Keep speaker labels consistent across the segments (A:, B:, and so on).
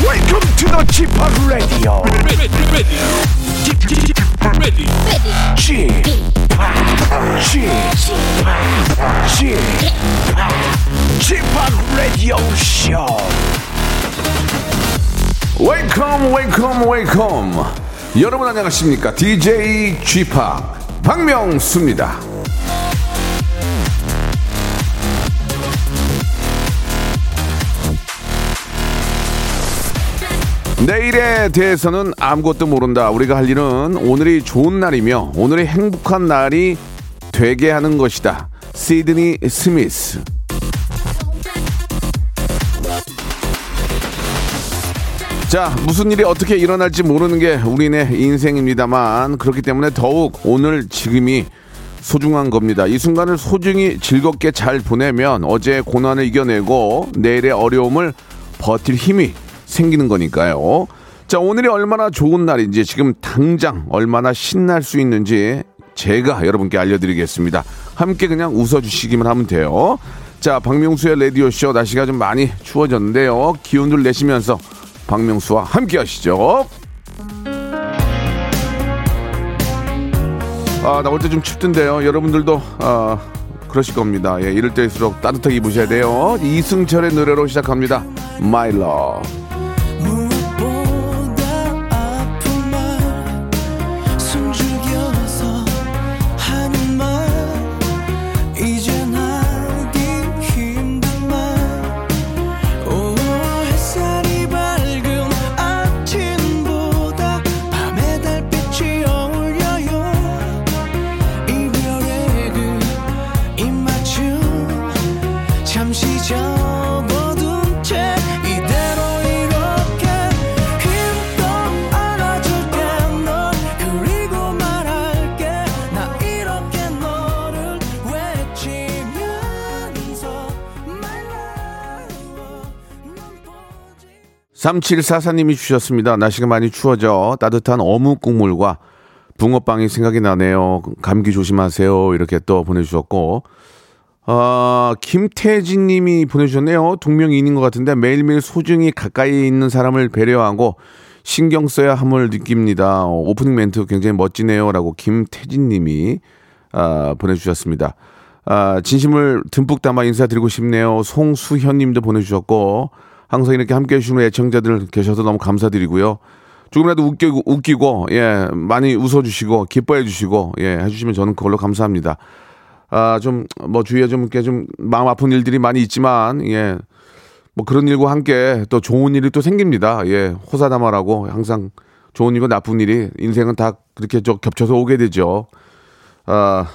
A: Welcome to the g p o p Radio.
B: ready, ready, ready,
A: g p o p G-POP, g p o p Radio Show.
C: 웨이컴 웨이컴 웨이컴 여러분 안녕하십니까 DJ g p o p 박명수입니다 내일에 대해서는 아무것도 모른다 우리가 할 일은 오늘이 좋은 날이며 오늘이 행복한 날이 되게 하는 것이다 시드니 스미스 자, 무슨 일이 어떻게 일어날지 모르는 게 우리네 인생입니다만 그렇기 때문에 더욱 오늘 지금이 소중한 겁니다. 이 순간을 소중히 즐겁게 잘 보내면 어제의 고난을 이겨내고 내일의 어려움을 버틸 힘이 생기는 거니까요. 자, 오늘이 얼마나 좋은 날인지 지금 당장 얼마나 신날 수 있는지 제가 여러분께 알려드리겠습니다. 함께 그냥 웃어주시기만 하면 돼요. 자, 박명수의 라디오쇼 날씨가 좀 많이 추워졌는데요. 기운을 내시면서 박명수와 함께 하시죠. 아, 나올 때 좀 춥던데요. 여러분들도, 아, 그러실 겁니다. 예, 이럴 때일수록 따뜻하게 입으셔야 돼요. 이승철의 노래로 시작합니다. My Love.
D: 무엇보다 아픈 말 숨죽여서 하는 말 이젠 하기 힘든 말 오, 햇살이 밝은 아침보다 밤의 달빛이 어울려요 이별의 그 입맞춤 잠시 접어둔 채 이대로 이렇게 힘도 안아줄게 널 그리고 말할게 나 이렇게 너를 외치면서 My love 넌 보지
C: 3744님이 주셨습니다. 날씨가 많이 추워져 따뜻한 어묵 국물과 붕어빵이 생각이 나네요. 감기 조심하세요. 이렇게 또 보내주셨고, 아, 김태진 님이 보내주셨네요. 동명이인인 것 같은데 매일매일 소중히 가까이 있는 사람을 배려하고 신경 써야 함을 느낍니다. 오프닝 멘트 굉장히 멋지네요. 라고 김태진 님이 아, 보내주셨습니다. 아, 진심을 듬뿍 담아 인사드리고 싶네요. 송수현 님도 보내주셨고, 항상 이렇게 함께 해주시는 애청자들 계셔서 너무 감사드리고요. 조금이라도 웃기고, 웃기고, 예, 많이 웃어주시고, 기뻐해 주시고, 예, 해주시면 저는 그걸로 감사합니다. 아, 좀, 뭐, 주위에 좀, 이렇게 좀, 마음 아픈 일들이 많이 있지만, 예. 뭐, 그런 일과 함께 또 좋은 일이 또 생깁니다. 예. 호사다마라고 항상 좋은 일과 나쁜 일이 인생은 다 그렇게 저 겹쳐서 오게 되죠. 아,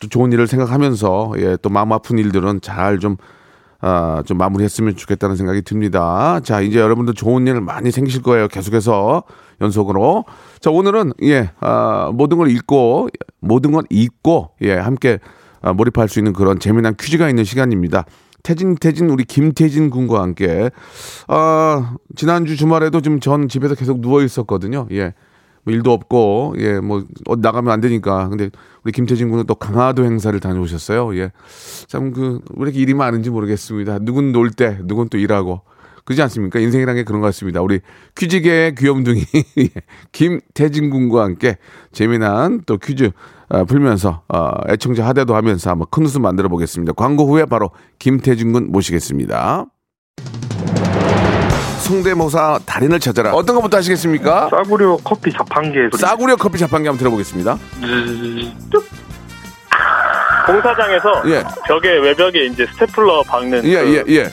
C: 또 좋은 일을 생각하면서, 예. 또 마음 아픈 일들은 잘 좀, 아, 좀 마무리했으면 좋겠다는 생각이 듭니다. 자, 이제 여러분들 좋은 일 많이 생기실 거예요. 계속해서 연속으로. 자, 오늘은 예, 아, 모든 걸 읽고 모든 걸 읽고 예, 함께 아, 몰입할 수 있는 그런 재미난 퀴즈가 있는 시간입니다. 태진 태진 우리 김태진 군과 함께 아, 지난주 주말에도 좀 전 집에서 계속 누워 있었거든요. 예. 뭐 일도 없고 예 뭐 나가면 안 되니까 근데 우리 김태진 군은 또 강화도 행사를 다녀오셨어요 예 참 그 왜 이렇게 일이 많은지 모르겠습니다 누군 놀 때 누군 또 일하고 그렇지 않습니까 인생이란 게 그런 것 같습니다 우리 퀴즈계의 귀염둥이 예, 김태진 군과 함께 재미난 또 퀴즈 아, 풀면서 어, 애청자 하대도 하면서 한번 큰 웃음 만들어 보겠습니다 광고 후에 바로 김태진 군 모시겠습니다. 성대모사 달인을 찾아라. 어떤 것부터 하시겠습니까?
E: 싸구려 커피 자판기에 소리.
C: 싸구려 커피 자판기 한번 들어보겠습니다.
F: 공사장에서
C: 예,
F: 벽에 외벽에 이제 스테플러 박는
C: 예,
F: 그
C: 예, 예.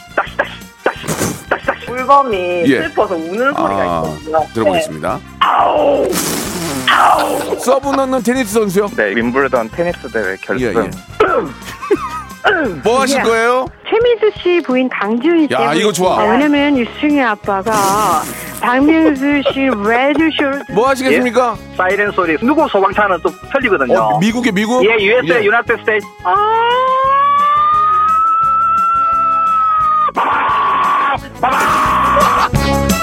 G: 물범이
C: 예.
G: 슬퍼서 우는 소리가
C: 아,
G: 있거든요. 네.
C: 들어보겠습니다. 서브 넣는 테니스 선수요?
H: 네, 윈블던 테니스 대회 결승.
C: 예, 뭐 하실
I: 예.
C: 거예요?
I: 최민수 씨 부인 강지훈 씨.
G: 예,
C: 야,
I: 때문에
C: 이거 좋아.
I: 아, 왜냐면 유승희 아빠가 박민수 씨 레드쇼를
C: 뭐 하시겠습니까?
H: 사이렌 소리. 누구 소방차는 또 틀리거든요.
C: 어, 미국에 미국?
H: 예, USA,
C: 예.
H: 유나이티드 스테이트.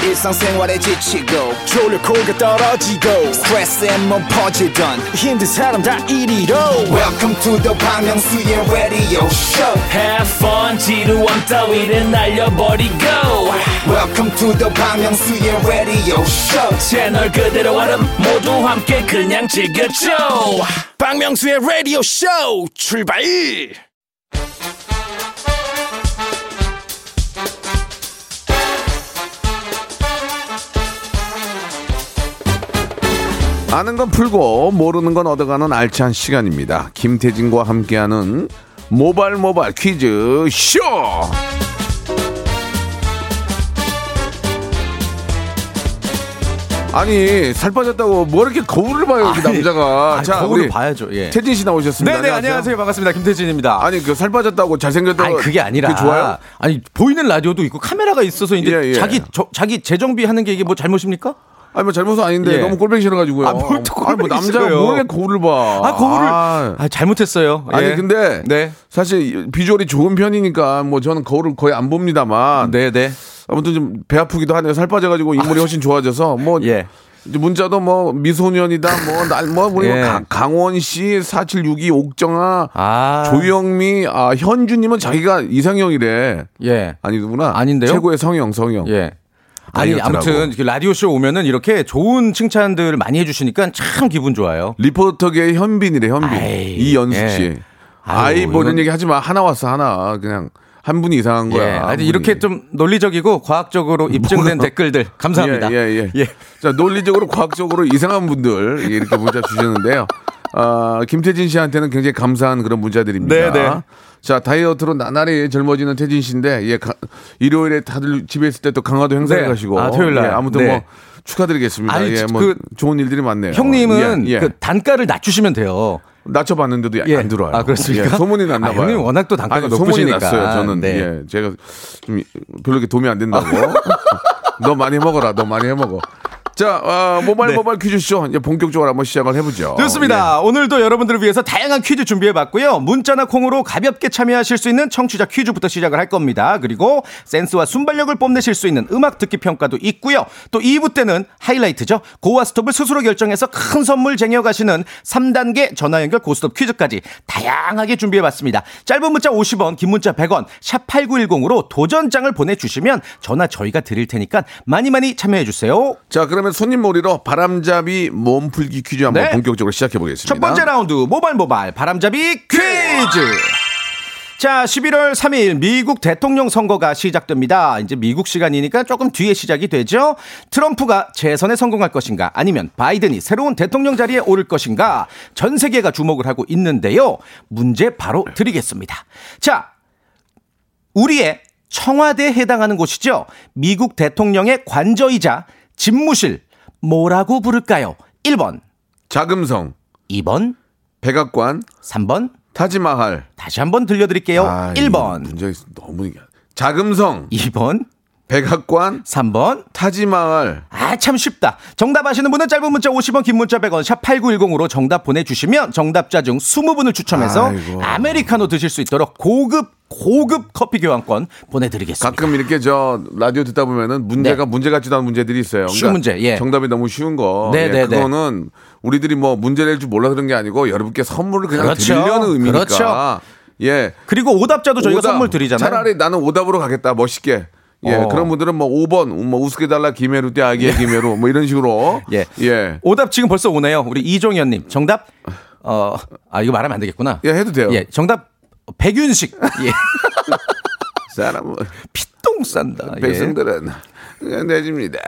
D: 일상생활에 지치고, 졸려 코가 떨어지고, 스트레스에 몸 퍼지던, 힘든 사람 다 이리로. welcome to the Bang Myung-soo's radio show
G: Have fun 지루함 따위를 날려버리고
D: welcome to the Bang Myung-soo's radio show
G: 채널 그대로 얼음 모두 함께 그냥 즐겨줘
D: 박명수의 라디오 쇼 출발!
C: 아는 건 풀고 모르는 건 얻어가는 알찬 시간입니다. 김태진과 함께하는 모발 모발 퀴즈 쇼. 아니 살 빠졌다고 뭐 이렇게 거울을 봐요 이 남자가.
J: 아, 거울을
C: 우리
J: 봐야죠. 예.
C: 태진 씨 나오셨습니다.
J: 네네 안녕하세요 반갑습니다 김태진입니다.
C: 아니 그 살 빠졌다고 잘생겼다고.
J: 아니 그게 아니라
C: 좋아요?
J: 아니 보이는 라디오도 있고 카메라가 있어서 이제
C: 예, 예.
J: 자기 저- 자기 재정비 하는 게 이게 뭐 잘못입니까?
C: 아니 뭐 잘못은 아닌데
J: 예.
C: 너무 꼴뱅이 싫어가지고요.
J: 아, 뭘또
C: 아니, 뭐
J: 꼴뱅이
C: 남자가
J: 싫어요.
C: 뭐에 거울을 봐.
J: 아 거울을
C: 아.
J: 아, 잘못했어요.
C: 아니
J: 예.
C: 근데
J: 네.
C: 사실 비주얼이 좋은 편이니까 뭐 저는 거울을 거의 안 봅니다만
J: 네네
C: 아무튼 좀 배 아프기도 하네요. 살 빠져가지고 인물이 훨씬 좋아져서 뭐
J: 예.
C: 이제 문자도 뭐 미소년이다 뭐날뭐 뭐
J: 예.
C: 강- 강원 씨 4762 옥정아
J: 아
C: 조영미 아 현주님은 자기가 이상형이래
J: 예
C: 아니구나
J: 아닌데요?
C: 최고의 성형 성형
J: 예. 아니
C: 다이어트라고.
J: 아무튼 그 라디오 쇼 오면은 이렇게 좋은 칭찬들을 많이 해주시니까 참 기분 좋아요.
C: 리포터계의 현빈이래 현빈
J: 아이,
C: 이연숙
J: 예.
C: 씨
J: 아유, 예.
C: 아이 보는
J: 이건-
C: 얘기 하지 마 하나 왔어 하나 그냥 한 분이 이상한 거야
J: 예.
C: 한
J: 아니
C: 분이.
J: 이렇게 좀 논리적이고 과학적으로 입증된 댓글들 감사합니다.
C: 예, 예, 예.
J: 예.
C: 자, 논리적으로, 과학적으로 이상한 분들 예, 이렇게 문자 주셨는데요. 아, 김태진 씨한테는 굉장히 감사한 그런 문자들입니다.
J: 네, 네.
C: 자, 다이어트로 나날이 젊어지는 태진 씨인데, 예, 가- 일요일에 다들 집에 있을 때 또 강화도 행사에
J: 네.
C: 가시고.
J: 아, 토요일 날.
C: 예, 아무튼
J: 네.
C: 뭐 축하드리겠습니다.
J: 아니,
C: 예, 뭐
J: 그-
C: 좋은 일들이 많네요.
J: 형님은
C: 예, 예.
J: 그 단가를 낮추시면 돼요.
C: 낮춰봤는데도
J: 예.
C: 안 들어와요.
J: 아, 그렇습니까?
C: 예, 소문이 났나
J: 아,
C: 봐요.
J: 형님 워낙 또 단가가
C: 아니, 소문이
J: 높으시니까.
C: 났어요. 저는
J: 네.
C: 예, 제가 좀 별로 이렇게 도움이 안 된다고. 너 많이 해 먹어라. 너 많이 해 먹어. 자, 아,
J: 네.
C: 모바일 모바일 퀴즈쇼 이제 본격적으로 한번 시작을 해보죠.
J: 좋습니다. 오늘도 여러분들을 위해서 다양한 퀴즈 준비해봤고요. 문자나 콩으로 가볍게 참여하실 수 있는 청취자 퀴즈부터 시작을 할 겁니다. 그리고 센스와 순발력을 뽐내실 수 있는 음악 듣기 평가도 있고요. 또 2부 때는 하이라이트죠. 고와 스톱을 스스로 결정해서 큰 선물 쟁여가시는 3단계 전화 연결 고스톱 퀴즈까지 다양하게 준비해봤습니다. 짧은 문자 50원, 긴 문자 100원, 샵 8910으로 도전장을 보내주시면 전화 저희가 드릴 테니까 많이 많이 참여해주세요.
C: 예. 자, 그러면 손님 몰이로 바람잡이 몸풀기 퀴즈 한번
J: 네.
C: 본격적으로 시작해 보겠습니다.
J: 첫 번째 라운드 모발 모발 바람잡이 퀴즈. 자, 11월 3일 미국 대통령 선거가 시작됩니다. 이제 미국 시간이니까 조금 뒤에 시작이 되죠. 트럼프가 재선에 성공할 것인가 아니면 바이든이 새로운 대통령 자리에 오를 것인가 전 세계가 주목을 하고 있는데요. 문제 바로 드리겠습니다. 자, 우리의 청와대에 해당하는 곳이죠. 미국 대통령의 관저이자 집무실 뭐라고 부를까요? 1번,
C: 자금성,
J: 2번,
C: 백악관,
J: 3번
C: 타지마할.
J: 다시 한번 들려드릴게요.
C: 아, 이
J: 1번,
C: 문제 너무 이게- 자금성,
J: 2번,
C: 백악관,
J: 3번.
C: 타지마할.
J: 아, 참 쉽다. 정답 아시는 분은 짧은 문자 50원, 긴 문자 100원, 샵 8910으로 정답 보내주시면 정답자 중 20분을 추첨해서
C: 아이고.
J: 아메리카노 드실 수 있도록 고급, 고급 커피 교환권 보내드리겠습니다. 네.
C: 가끔 이렇게 저 라디오 듣다 보면은 문제가 문제 같지도 않은 문제들이 있어요. 그러니까
J: 쉬운 문제, 예.
C: 정답이 너무 쉬운 거.
J: 네,
C: 예,
J: 네, 네.
C: 그거는 우리들이 뭐 문제 낼줄 몰라 그런 게 아니고 여러분께 선물을 그냥
J: 그렇죠.
C: 드리려는 의미니까.
J: 그렇죠.
C: 예.
J: 그리고 오답자도 저희가
C: 오답.
J: 선물 드리잖아요.
C: 차라리 나는 오답으로 가겠다. 멋있게. 예.
J: 어.
C: 그런 분들은 뭐 5번 뭐 우습게 달라 김해루 때 아기의 김해루 뭐 이런 식으로.
J: 예.
C: 예.
J: 오답 지금 벌써 오네요. 우리 이종현님. 정답, 어, 아, 이거 말하면 안 되겠구나.
C: 예, 해도 돼요.
J: 예, 정답, 백윤식. 예.
C: 사람
J: 피똥
C: 아,
J: 싼다. 예.
C: 백성들은 그냥 내줍니다.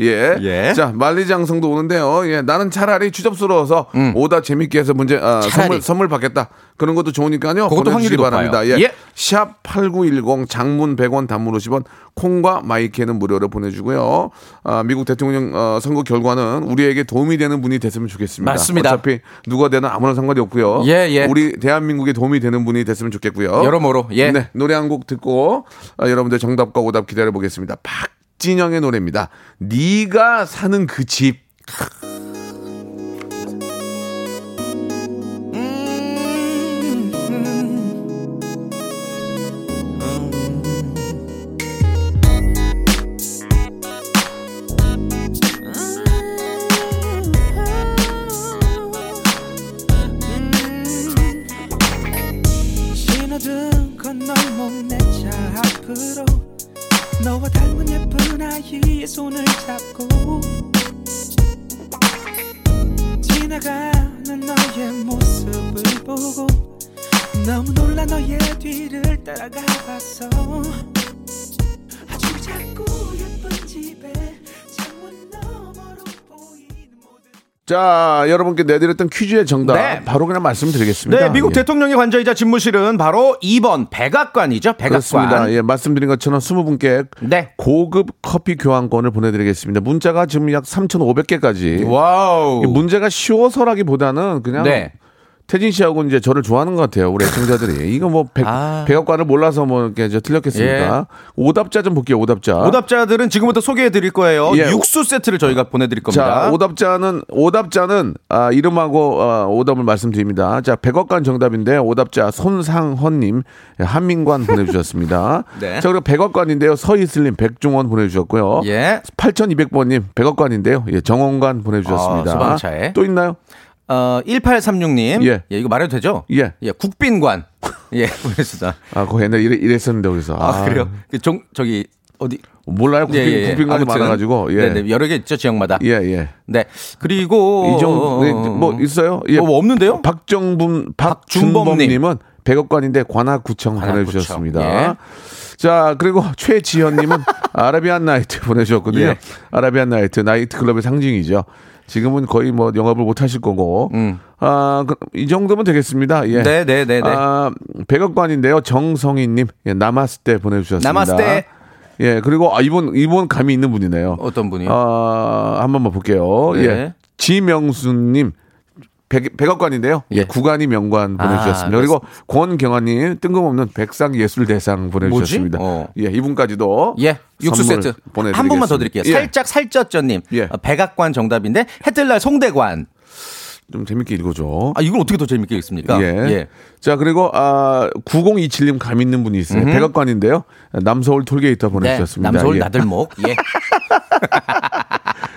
C: 예.
J: 예.
C: 자, 만리장성도 오는데요. 예. 나는 차라리 추접스러워서 오다 재밌게 해서 문제, 아,
J: 음. 차라리.
C: 선물, 선물 받겠다. 그런 것도 좋으니까요. 보내주시기
J: 그것도 확률이 높아요.
C: 바랍니다. 예.
J: 예.
C: 샵 8910 장문 100원 단문 50원 콩과 마이크는 무료로 보내주고요. 아, 미국 대통령 어, 선거 결과는 우리에게 도움이 되는 분이 됐으면 좋겠습니다.
J: 맞습니다.
C: 어차피 누가 되나 아무런 상관이 없고요.
J: 예, 예.
C: 우리 대한민국에 도움이 되는 분이 됐으면 좋겠고요.
J: 여러모로, 예.
C: 네, 노래 한 곡 듣고 아, 여러분들 정답과 오답 기다려 보겠습니다. 박진영의 노래입니다. 네가 사는 그 집.
K: 음. 다가오는 너의 모습을 보고 너무 놀라 너의 뒤를 따라가 봤어 아주 작고 예쁜 집에 창문 너머로
C: 자, 여러분께 내드렸던 퀴즈의 정답
J: 네.
C: 바로 그냥 말씀드리겠습니다.
J: 네, 미국
C: 예.
J: 대통령의 관저이자 집무실은 바로 2번 백악관이죠. 네. 백악관.
C: 그렇습니다. 예, 말씀드린 것처럼 20분께 고급 커피 교환권을 보내드리겠습니다. 문자가 지금 약
J: 예.
C: 3,500개까지.
J: 와우.
C: 문제가 쉬워서라기보다는 그냥
J: 네.
C: 태진 씨하고 이제 저를 좋아하는 것 같아요. 우리 애청자들이. 이거 뭐 백,
J: 아. 예.
C: 백악관을 몰라서 뭐 이렇게 저 틀렸겠습니까? 오답자 좀 볼게요. 오답자.
J: 어? 오답자들은 지금부터 소개해 드릴 거예요.
C: 예.
J: 육수 세트를 저희가 보내 드릴 겁니다.
C: 자, 오답자는 오답자는 아, 이름하고 아, 오답을 말씀드립니다. 자, 백악관 정답인데 오답자 손상헌님 한민관 보내주셨습니다.
J: 네.
C: 자, 그리고 백악관인데요 서이슬님 백종원 보내주셨고요.
J: 예.
C: 8,200번님 백악관인데요 예, 정원관
J: 아,
C: 보내주셨습니다.
J: 소방차에.
C: 또 있나요?
J: 어, 1836님.
C: 예.
J: 예. 이거 말해도 되죠?
C: 예.
J: 국빈관. 예, 보냈습니다.
C: 아, 그 옛날 이래, 이랬었는데 그래서
J: 아, 그래요? 그 종, 저기, 어디.
C: 음.
J: 예,
C: 몰라요. 국빈, 국빈관이
J: 아무튼.
C: 많아가지고. 예.
J: 네네, 여러 개 있죠, 지역마다.
C: 예, 예.
J: 네. 그리고.
C: 이 정도 네, 뭐 있어요? 예.
J: 뭐 없는데요?
C: 박정분 박준범님은 백악관인데 관악구청
J: 관악구청.
C: 보내주셨습니다.
J: 아, 그렇죠. 예.
C: 자 그리고 최지현님은 아라비안 나이트 보내주셨거든요.
J: 예.
C: 아라비안 나이트 나이트 클럽의 상징이죠. 지금은 거의 뭐 영업을 못 하실 거고 아이 정도면 되겠습니다. 예.
J: 음. 네, 네, 네, 네.
C: 아 백악관인데요. 정성희님 예, 나마스테 보내주셨습니다.
J: 나마스테.
C: 예 그리고 아 이번 이번 감이 있는 분이네요.
J: 어떤 분이요?
C: 아, 한 번만 볼게요.
J: 네.
C: 예. 지명수님. 백, 백악관인데요.
J: 예.
C: 구관이 명관 보내주셨습니다.
J: 아,
C: 그리고 권경아님 뜬금없는 백상 예술 대상 보내주셨습니다.
J: 뭐지? 어.
C: 예, 이분까지도
J: 예, 육수
C: 선물
J: 세트.
C: 보내드리겠습니다.
J: 한 번만 더 드릴게요.
C: 예,
J: 살짝 살쪘죠님.
C: 예.
J: 어, 백악관 정답인데 해뜰날 송대관.
C: 좀 재밌게 읽어줘.
J: 아 이걸 어떻게 더 재밌게 읽습니까?
C: 예. 자 그리고 아 9027님 감 있는 분이 있어요.
J: 음흠.
C: 백악관인데요. 남서울 톨게이터
J: 네,
C: 보내주셨습니다.
J: 남서울
C: 예.
J: 나들목. 예.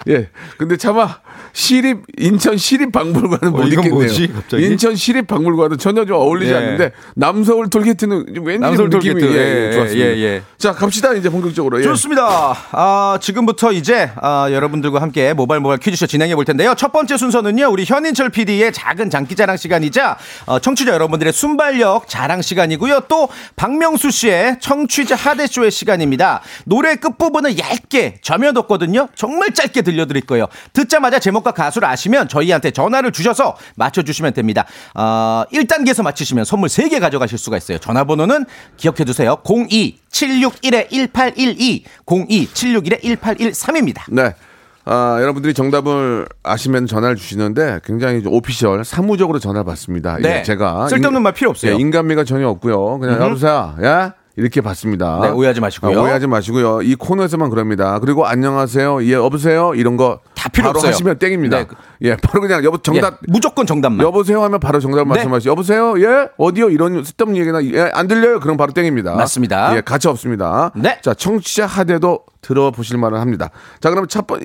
C: 예. 근데 차마 시립 인천 시립 박물관은 못
J: 어, 이건
C: 있겠네요.
J: 뭐지, 갑자기?
C: 인천 시립 박물관은 전혀 좀 어울리지
J: 예.
C: 않는데 남서울 톨게이트는 좀 왠지
J: 남서울
C: 좀 느낌이
J: 톨게이트.
C: 예,
J: 예,
C: 예, 좋았습니다.
J: 예, 예.
C: 자 갑시다 이제 본격적으로. 예.
J: 좋습니다. 아, 지금부터 이제 아, 여러분들과 함께 모발 모발 퀴즈쇼 진행해 볼 텐데요. 첫 번째 순서는요. 우리 현인철 PD의 작은 장기 자랑 시간이자 어, 청취자 여러분들의 순발력 자랑 시간이고요. 또 박명수 씨의 청취자 하대쇼의 시간입니다. 노래 끝부분을 얇게 점여뒀거든요. 정말 짧게 들려드릴 거예요. 듣자마자 제목과 가수를 아시면 저희한테 전화를 주셔서 맞춰주시면 됩니다. 아, 1단계에서 맞히시면 선물 3개 가져가실 수가 있어요. 전화번호는 기억해 두세요. 02 761-1812, 02-761-1813입니다.
C: 네. 아, 여러분들이 정답을 아시면 전화를 주시는데 굉장히 좀 오피셜 사무적으로 전화 를 받습니다.
J: 네.
C: 예, 제가
J: 쓸데없는
C: 인-
J: 말 필요 없어요.
C: 예, 인간미가 전혀 없고요. 그냥
J: 음흠.
C: 여보세요. 야 이렇게 받습니다.
J: 네, 오해하지 마시고요.
C: 아, 오해하지 마시고요. 이 코너에서만 그럽니다. 그리고 안녕하세요. 예, 여보세요. 이런 거 다
J: 필요
C: 바로
J: 없어요.
C: 하시면 땡입니다.
J: 네.
C: 예, 바로 그냥 여보 정답
J: 예, 무조건 정답만.
C: 여보세요 하면 바로 정답
J: 네.
C: 말씀하시죠. 여보세요? 예? 어디요? 이런 쓸데없는 얘기나 예, 안 들려요? 그럼 바로 땡입니다.
J: 맞습니다.
C: 예, 가치 없습니다.
J: 네.
C: 자, 청취자 하대도 들어보실 만은 합니다. 자, 그럼 첫 번,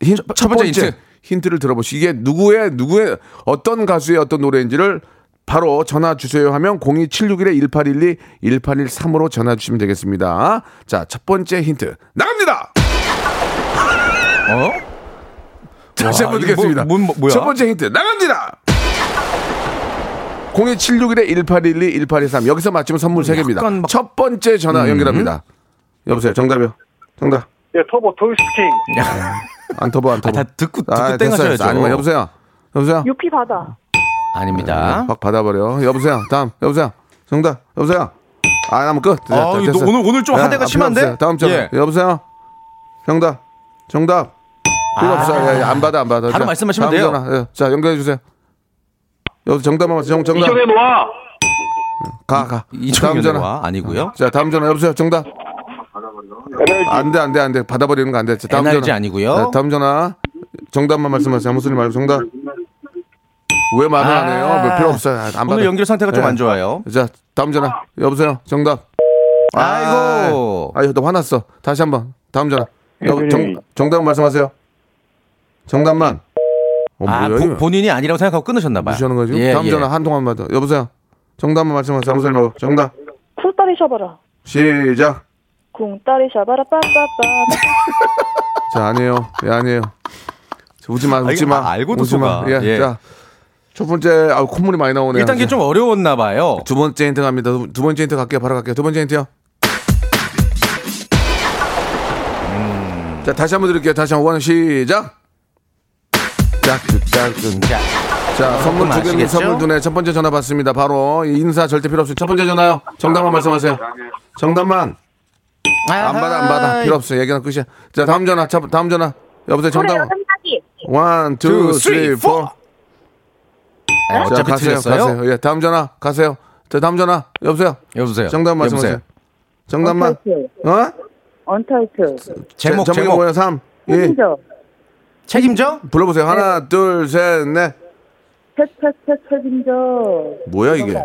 C: 힌, 첫, 번째,
J: 번째 힌트.
C: 힌트를 들어보시. 이게 누구의 누구의 어떤 가수의 어떤 노래인지를 바로 전화 주세요 하면 02761-1812 1813으로 전화 주시면 되겠습니다. 자, 첫 번째 힌트 나갑니다.
J: 어?
C: 다시
J: 와,
C: 한번
J: 이게 뭐-
C: 듣겠습니다.
J: 뭔- 뭐- 뭐야?
C: 첫 번째 힌트 나갑니다. 02761-1812, 1813. 여기서 맞추면 선물 세개입니다
J: 약간 막-
C: 첫 번째 전화 연결합니다. 여보세요. 정답이요. 정답. 네.
E: 예, 터보 돌스킹.
C: 안 터보, 안 터보.
J: 다 듣고 듣고
C: 아, 됐어요,
J: 땡하셔야죠.
C: 됐어요. 아니면 여보세요. 여보세요.
I: 유피 받아.
J: 아닙니다.
C: 확 받아버려. 네. 여보세요. 다음. 여보세요. 정답. 여보세요. 아, 다음 끝. 됐어요.
J: 아, 이거 오늘- 오늘 좀
C: 예,
J: 하대가
C: 아, 필요
J: 심한데?
C: 없어요. 다음 전화.
J: 예.
C: 여보세요. 정답. 정답. 필요
J: 아.
C: 없어요. 예, 예, 안 받아, 안 받아.
J: 바로
C: 자,
J: 말씀하시면
C: 다음
J: 돼요.
C: 전화. 예, 자, 연결해 주세요. 여기 정답만 맞 정, 정답.
E: 이쪽에 놓아.
C: 가, 가. 다음
J: 이종현
C: 전화.
J: 와 아니고요.
C: 자, 다음 전화. 여보세요. 정답. 안 돼, 안 돼, 안 돼. 받아버리는 거 안 돼. 자, 다음
J: NRG
C: 전화.
J: 아니고요.
C: 네, 다음 전화. 정답만 말씀하세요. 아무 소리 말고 정답. 왜 말을 안 해요? 왜 필요 없어요. 안 받아.
J: 오늘 연결 상태가 좀
C: 예.
J: 안 좋아요.
C: 자, 다음 전화. 여보세요. 정답. 아.
J: 아이고.
C: 아유, 너 화났어. 다시 한번. 다음 전화. 여, 정, 정답 말씀하세요. 정답만. 어,
J: 아,
C: 뭐야, 이거.
J: 보- 본인이 아니라고 생각하고 끊으셨나 봐요. 예,
C: 무시하는 거죠? 다음 전화 한 통만 받아. 여보세요. 정답만 말씀하세요. 아무 소리 말고. 정답.
I: 쿵따리 셔봐라.
C: 시작.
I: 쿵따리 셔봐라 빠빠빠.
C: 자, 아니에요. 예, 아니에요. 자, 웃지 마,
J: 이거
C: 웃지 마.
J: 아, 알고도
C: 웃지 마.
J: 속아.
C: 예,
J: 예.
C: 자. 첫 번째 아 콧물이 많이 나오네요.
J: 일단 이게 좀 어려웠나 봐요.
C: 두 번째 힌트 갑니다. 두- 두 번째 힌트 갈게요. 바로 갈게요. 두 번째 힌트요. 음. 자 다시 한번 드릴게요. 다시 한번 시작. 짝짝짝짝. 자 선물 두 개입니다.
J: 아시겠죠?
C: 선물 두네. 첫 번째 전화 받습니다. 바로 인사 절대 필요 없어요. 첫 번째 전화요. 정답만 말씀하세요. 정답만. 안 받아 안 받아 필요 없어요. 얘기는 끝이야. 자 다음 전화. 자, 다음 전화. 여보세요. 정답. 원, 투,
J: Two, three,
C: 쓰리, 포.
J: 네,
C: 자,
J: 어차피
C: 가세요,
J: 틀렸어요.
C: 가세요. 예, 다음 전화 가세요. 자, 다음 전화 여보세요.
J: 여보세요.
C: 정답 말씀하세요.
J: 여보세요?
C: 정답만. 어?
I: 언타이트.
J: 제목,
C: 제- 제목이
J: 제목.
C: 뭐예요? 3, 2.
I: 책임져.
J: 책임져?
C: 불러보세요. 하나, 둘, 셋, 넷.
I: 책책책 책임져.
C: 뭐야 이게?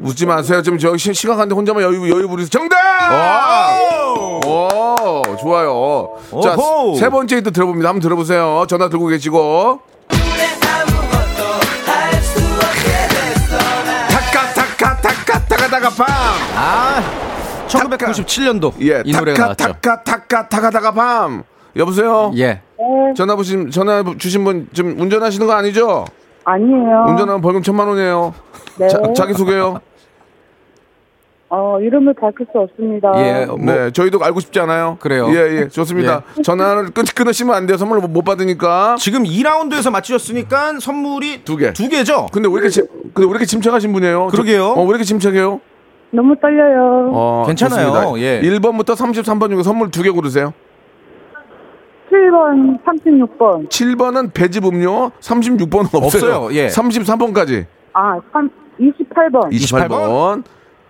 C: 웃지 마세요. 지금 저기 시- 시간 가는데 혼자만 여유 여유 부리세요. 정답. 오, 좋아요. 자,
J: 오호.
C: 세 번째 또 들어봅니다. 한번 들어보세요. 전화 들고 계시고. 타카 타카 타카 타카 타카 팜.
J: 아, 1997년도
C: 예,
J: 이 노래가
C: 타카,
J: 나왔죠.
C: 타카 타카 타카 타카 밤. 여보세요.
J: 예.
C: 전화 보신 전화 주신 분 지금 운전하시는 거 아니죠?
I: 아니에요.
C: 운전하면 벌금 천만 원이에요.
I: 어. 네.
C: 자, 기 소개요.
I: 어, 이름을 밝힐 수 없습니다.
J: 예. 뭐,
C: 네, 저희도 알고 싶지 않아요.
J: 그래요.
C: 예, 예, 좋습니다. 전화를 끊, 끊으시면 안 돼요. 선물 못 받으니까.
J: 지금 2라운드에서 맞추셨으니까 선물이
C: 두 개.
J: 두 개죠?
C: 근데 왜 이렇게 침, 근데 왜 이렇게 침착하신 분이에요? 저-
J: 그러게요.
C: 어, 왜 이렇게 침착해요?
I: 너무 떨려요.
C: 어,
J: 괜찮아요.
C: 좋습니다.
J: 예.
C: 1번부터 33번 중에 선물 두 개 고르세요.
I: 7번, 36번.
C: 7번은 배즙 음료, 36번은 없어요.
J: 없어요, 예.
C: 33번까지.
I: 아, 3, 28번.
C: 28번.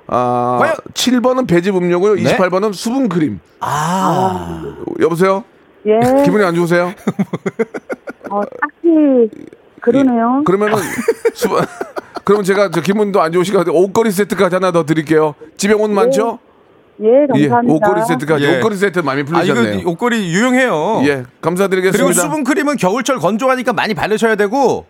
C: 아,
J: 과연?
C: 7번은 배즙 음료고요.
J: 네?
C: 28번은 수분 크림. 아. 여보세요?
I: 예.
C: 기분이 아, 안 좋으세요?
I: 어, 딱히 그러네요.
C: 그러면은 수분 그럼 제가 저 기분도 안 좋으시니까 옷걸이 세트까지 하나 더 드릴게요. 집에 옷 많죠?
I: 예, 감사합니다.
C: 예, 옷걸이 세트까지.
J: 예.
C: 옷걸이 세트 많이
J: 아, 이거
C: 풀리셨네요.
J: 옷걸이 유용해요.
C: 예, 감사드리겠습니다.
J: 그리고 수분크림은 겨울철 건조하니까 많이 바르셔야 되고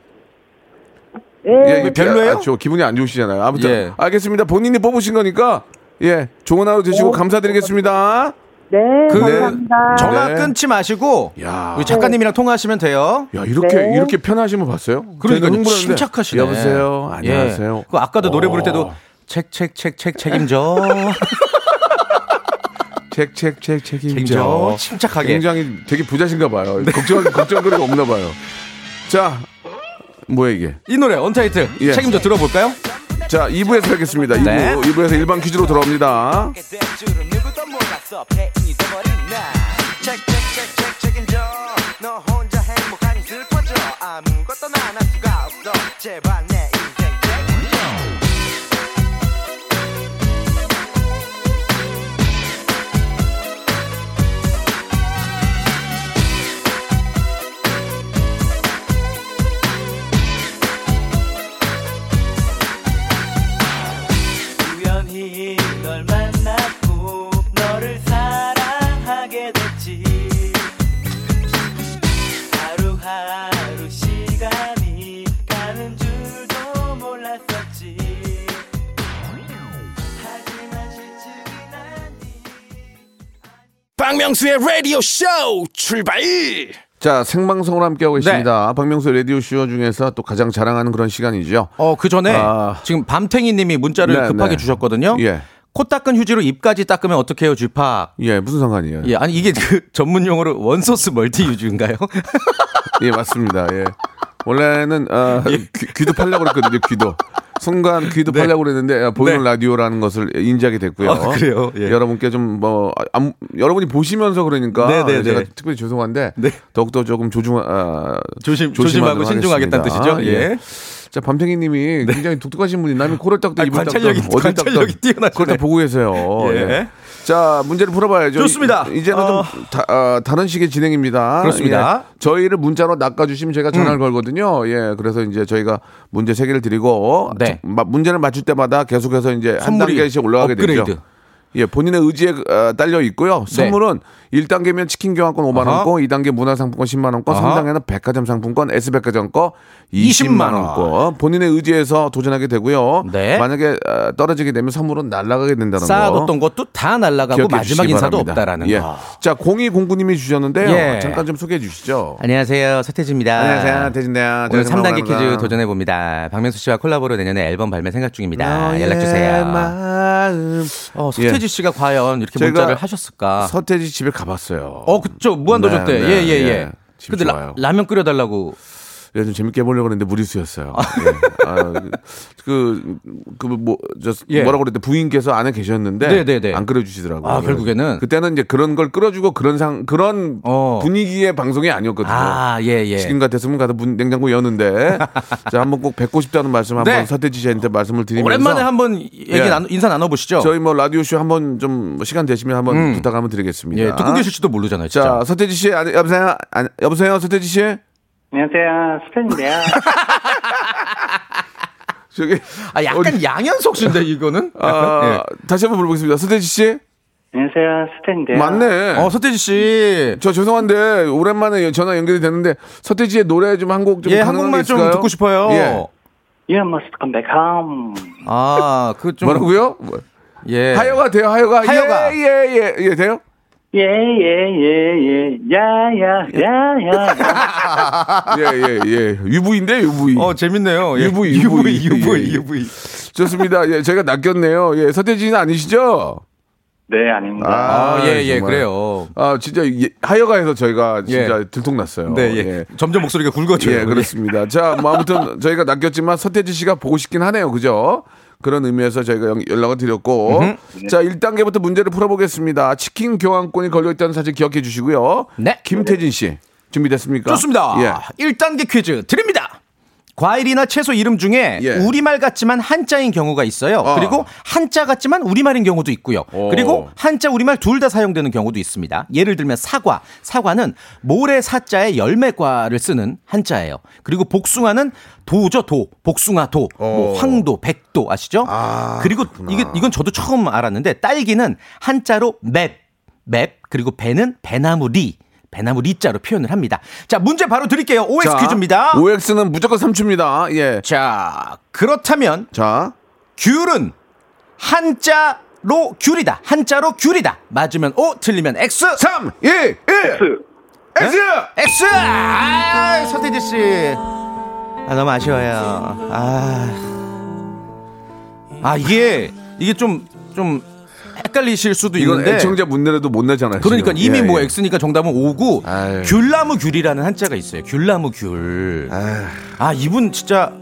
I: 예.
C: 예,
J: 그 별로예요?
C: 아, 저 기분이 안 좋으시잖아요. 아무튼
J: 예.
C: 알겠습니다. 본인이 뽑으신 거니까 예, 좋은 하루 되시고 감사드리겠습니다.
I: 네,
C: 그-
I: 감사합니다.
C: 저-
J: 전화
C: 네.
J: 끊지 마시고
C: 야.
J: 우리 작가님이랑 통화하시면 돼요.
C: 야 이렇게
I: 네.
C: 이렇게 편하신 분 봤어요?
J: 그러니까
C: 저희가 흥분하는데,
J: 침착하시네.
C: 여보세요. 안녕하세요.
J: 예. 그 아까도 노래 부를 때도
C: 어.
J: 책책책 책 책임져
C: 책책책 책임져.
J: 책임져 침착하게 네.
C: 굉장히 되게 부자신가 봐요. 걱정 걱정거리가 없나 봐요. 자 뭐야 이게?
J: 이 노래 언타이틀
C: 예.
J: 책임져 들어볼까요?
C: 자 2부에서 뵙겠습니다. 2부
J: 네.
C: 2부에서 일반 퀴즈로 돌아옵니다.
K: 우연히 널 만났고 너를 사랑하게 됐지 하루하루 시간이 가는 줄도 몰랐었지 하지만 실증이 나니
G: 박명수의 라디오 쇼 출발
C: 자 생방송으로 함께하고
J: 네.
C: 계십니다. 박명수 라디오 쇼 중에서 또 가장 자랑하는 그런 시간이죠.
J: 어 그 전에
C: 아.
J: 지금 밤탱이님이 문자를
C: 네,
J: 급하게
C: 네.
J: 주셨거든요.
C: 예.
J: 코 닦은 휴지로 입까지 닦으면 어떻게 해요, 주팍?
C: 예 무슨 상관이에요?
J: 예, 아니 이게 그 전문 용어로 원소스 멀티 유즈인가요?
C: 예, 맞습니다. 예. 원래는 어,
J: 예.
C: 귀, 도 팔려고 그랬거든요. 귀도. 순간 귀도 팔려고 그랬는데 아, 보이는
J: 네.
C: 라디오라는 것을 인지하게 됐고요.
J: 아, 그래요? 예.
C: 여러분께 좀뭐 아, 여러분이 보시면서 그러니까
J: 네, 네,
C: 제가
J: 네.
C: 특별히 죄송한데
J: 네.
C: 더욱더 조금 조중 아,
J: 조심
C: 조심하도록
J: 조심하고 신중하겠다는
C: 하겠습니다. 아,
J: 뜻이죠. 예. 네.
C: 자 밤탱이님이 굉장히 독특하신 분이 남이 코를 닦도
J: 아,
C: 입을 닦도
J: 관찰력이-
C: 어딜 닦도
J: 관찰력이 뛰어나시네.
C: 그걸 다 보고 계세요.
J: 예.
C: 자 문제를 풀어봐야죠.
J: 좋습니다.
C: 이, 제는
J: 어.
C: 좀 다, 아, 다른 식의 진행입니다.
J: 그렇습니다.
C: 예. 저희를 문자로 낚아주시면 제가
J: 음.
C: 전화를 걸거든요. 예, 그래서 이제 저희가 문제 세 개를 드리고
J: 네.
C: 저- 마- 문제를 맞출 때마다 계속해서 이제 한
J: 선물이
C: 단계씩 올라가게
J: 업그레이드.
C: 되죠. 예, 본인의 의지에 어, 딸려 있고요.
J: 네.
C: 선물은 1단계면 치킨 교환권 5만
J: 아하.
C: 원권, 2단계 문화 상품권 10만 원권,
J: 아하.
C: 3단계는 백화점 상품권, S백화점 권
J: 20만 네.
C: 20만 원권. 본인의 의지에서 도전하게 되고요. 만약에 어, 떨어지게 되면 선물은 날아가게 된다는 거.
J: 쌓아뒀던 것도 다 날아가고
C: 기억해
J: 마지막
C: 주시기
J: 인사도
C: 바랍니다.
J: 없다라는
C: 예.
J: 거.
C: 자, 공이 공구님이 주셨는데요.
J: 예.
C: 잠깐 좀 소개해 주시죠.
J: 안녕하세요. 서태지입니다.
C: 안녕하세요, 태진대요.
J: 오늘
C: 저희
J: 3단계
C: 성공합니다.
J: 퀴즈 도전해 봅니다. 박명수 씨와 콜라보로 내년에 앨범 발매 생각 중입니다.
C: 너의
J: 연락 주세요.
C: 마음.
J: 어,
C: 예.
J: 서태지 씨가 과연 이렇게
C: 제가
J: 문자를 하셨을까?
C: 서태지 집에 가봤어요.
J: 아. 어, 그쵸. 무한도전
C: 네,
J: 때.
C: 네,
J: 예, 예, 예.
C: 집
J: 근데 라,
C: 좋아요.
J: 라면 끓여달라고.
C: 예, 좀 재밌게 해보려고 했는데 무리수였어요. 예. 아, 그, 그, 뭐, 저,
J: 예.
C: 뭐라고 그랬대 부인께서 안에 계셨는데.
J: 네, 네, 네.
C: 안 끓여주시더라고요.
J: 아, 결국에는? 어.
C: 그때는 이제 그런 걸 끌어주고 그런 상, 그런 분위기의 방송이 아니었거든요.
J: 아,
C: 네.
J: 예, 예.
C: 지금 같았으면 가서 문, 냉장고 여는데. 자, 한번 꼭 뵙고 싶다는 말씀 한번
J: 네.
C: 서태지 씨한테 말씀을 드리면서.
J: 오랜만에 한번 얘기
C: 예.
J: 나누, 인사 나눠보시죠.
C: 저희 뭐 라디오쇼 한번 좀 시간 되시면 한번
J: 음.
C: 부탁 한번 드리겠습니다.
J: 예, 듣고 계실지도 모르잖아요. 진짜.
C: 자, 서태지 씨, 아니, 여보세요? 아니, 여보세요, 서태지 씨?
L: 안녕하세요. 스탠인데요.
C: 저기.
J: 아, 약간 양현석 씨인데, 이거는? 예.
C: 아, 다시 한번 물어보겠습니다. 서태지 씨?
L: 안녕하세요.
F: 예.
L: 스탠인데요.
C: 맞네.
J: 어, 서태지 씨.
C: 저 죄송한데, 오랜만에 전화 연결이 됐는데, 서태지의 노래 좀 한 곡 좀.
J: 예,
C: 가능한
J: 한 곡만
C: 게
J: 좀
C: 있을까요?
J: 듣고 싶어요.
C: 예.
L: You must come back home.
J: 아, 그 좀.
C: 뭐라고요?
J: 예.
C: 하여가 돼요, 하여가.
J: 하여가.
C: 예, 예, 예, 예, 돼요?
L: 예, 예, 예, 예. 야, 야, 야, 야.
C: 예, 예, 예. 유부인데, 유부인.
J: 어, 재밌네요. 예.
C: 유부인, 유부인.
J: 유부인,
C: 예, 예.
J: 유부인.
C: 좋습니다. 예, 제가 낚였네요. 예, 서태지는 아니시죠?
L: 네, 아닙니다.
J: 아, 예, 예,
C: 정말.
J: 그래요.
C: 아, 진짜, 예, 하여가에서 저희가
J: 예.
C: 진짜 들통났어요.
J: 네, 예. 점점 목소리가 굵어져요.
C: 예, 그렇습니다. 자, 뭐 아무튼 저희가 낚였지만 서태지 씨가 보고 싶긴 하네요. 그죠? 그런 의미에서 저희가 연- 연락을 드렸고. 자, 1단계부터 문제를 풀어보겠습니다. 치킨 교환권이 걸려있다는 사실 기억해 주시고요.
J: 네.
C: 김태진 씨, 준비됐습니까?
J: 좋습니다.
C: 예.
J: 1단계 퀴즈 드립니다. 과일이나 채소 이름 중에
C: 예.
J: 우리말 같지만 한자인 경우가 있어요.
C: 아.
J: 그리고 한자 같지만 우리말인 경우도 있고요.
C: 오.
J: 그리고 한자 우리말 둘 다 사용되는 경우도 있습니다. 예를 들면 사과. 사과는 모래 사자의 열매과를 쓰는 한자예요. 그리고 복숭아는 도죠 도. 복숭아 도.
C: 어.
J: 뭐 황도, 백도 아시죠? 그리고 이게 이건 저도 처음 알았는데 딸기는 한자로 맵, 맵 그리고 배는 배나무 리, 배나무 리자로 표현을 합니다. 자 문제 바로 드릴게요. OX
C: 자,
J: 퀴즈입니다.
C: OX는 무조건 3초입니다. 예.
J: 자, 그렇다면
C: 자.
J: 귤은 한자로 귤이다. 한자로 귤이다. 맞으면 O, 틀리면 X.
C: 3, 2, 1.
H: X.
C: X!
J: X. 아, 서태지 씨. 아 너무 아쉬워요. 아, 아 이게 이게 좀 좀 헷갈리실 수도
C: 이건
J: 있는데.
C: 애청자 문제라도 못 내잖아요.
J: 그러니까
C: 지금.
J: 이미
C: 예,
J: 뭐
C: 예.
J: X니까 정답은 오고 귤나무 귤이라는 한자가 있어요. 귤나무 귤. 아 이분 진짜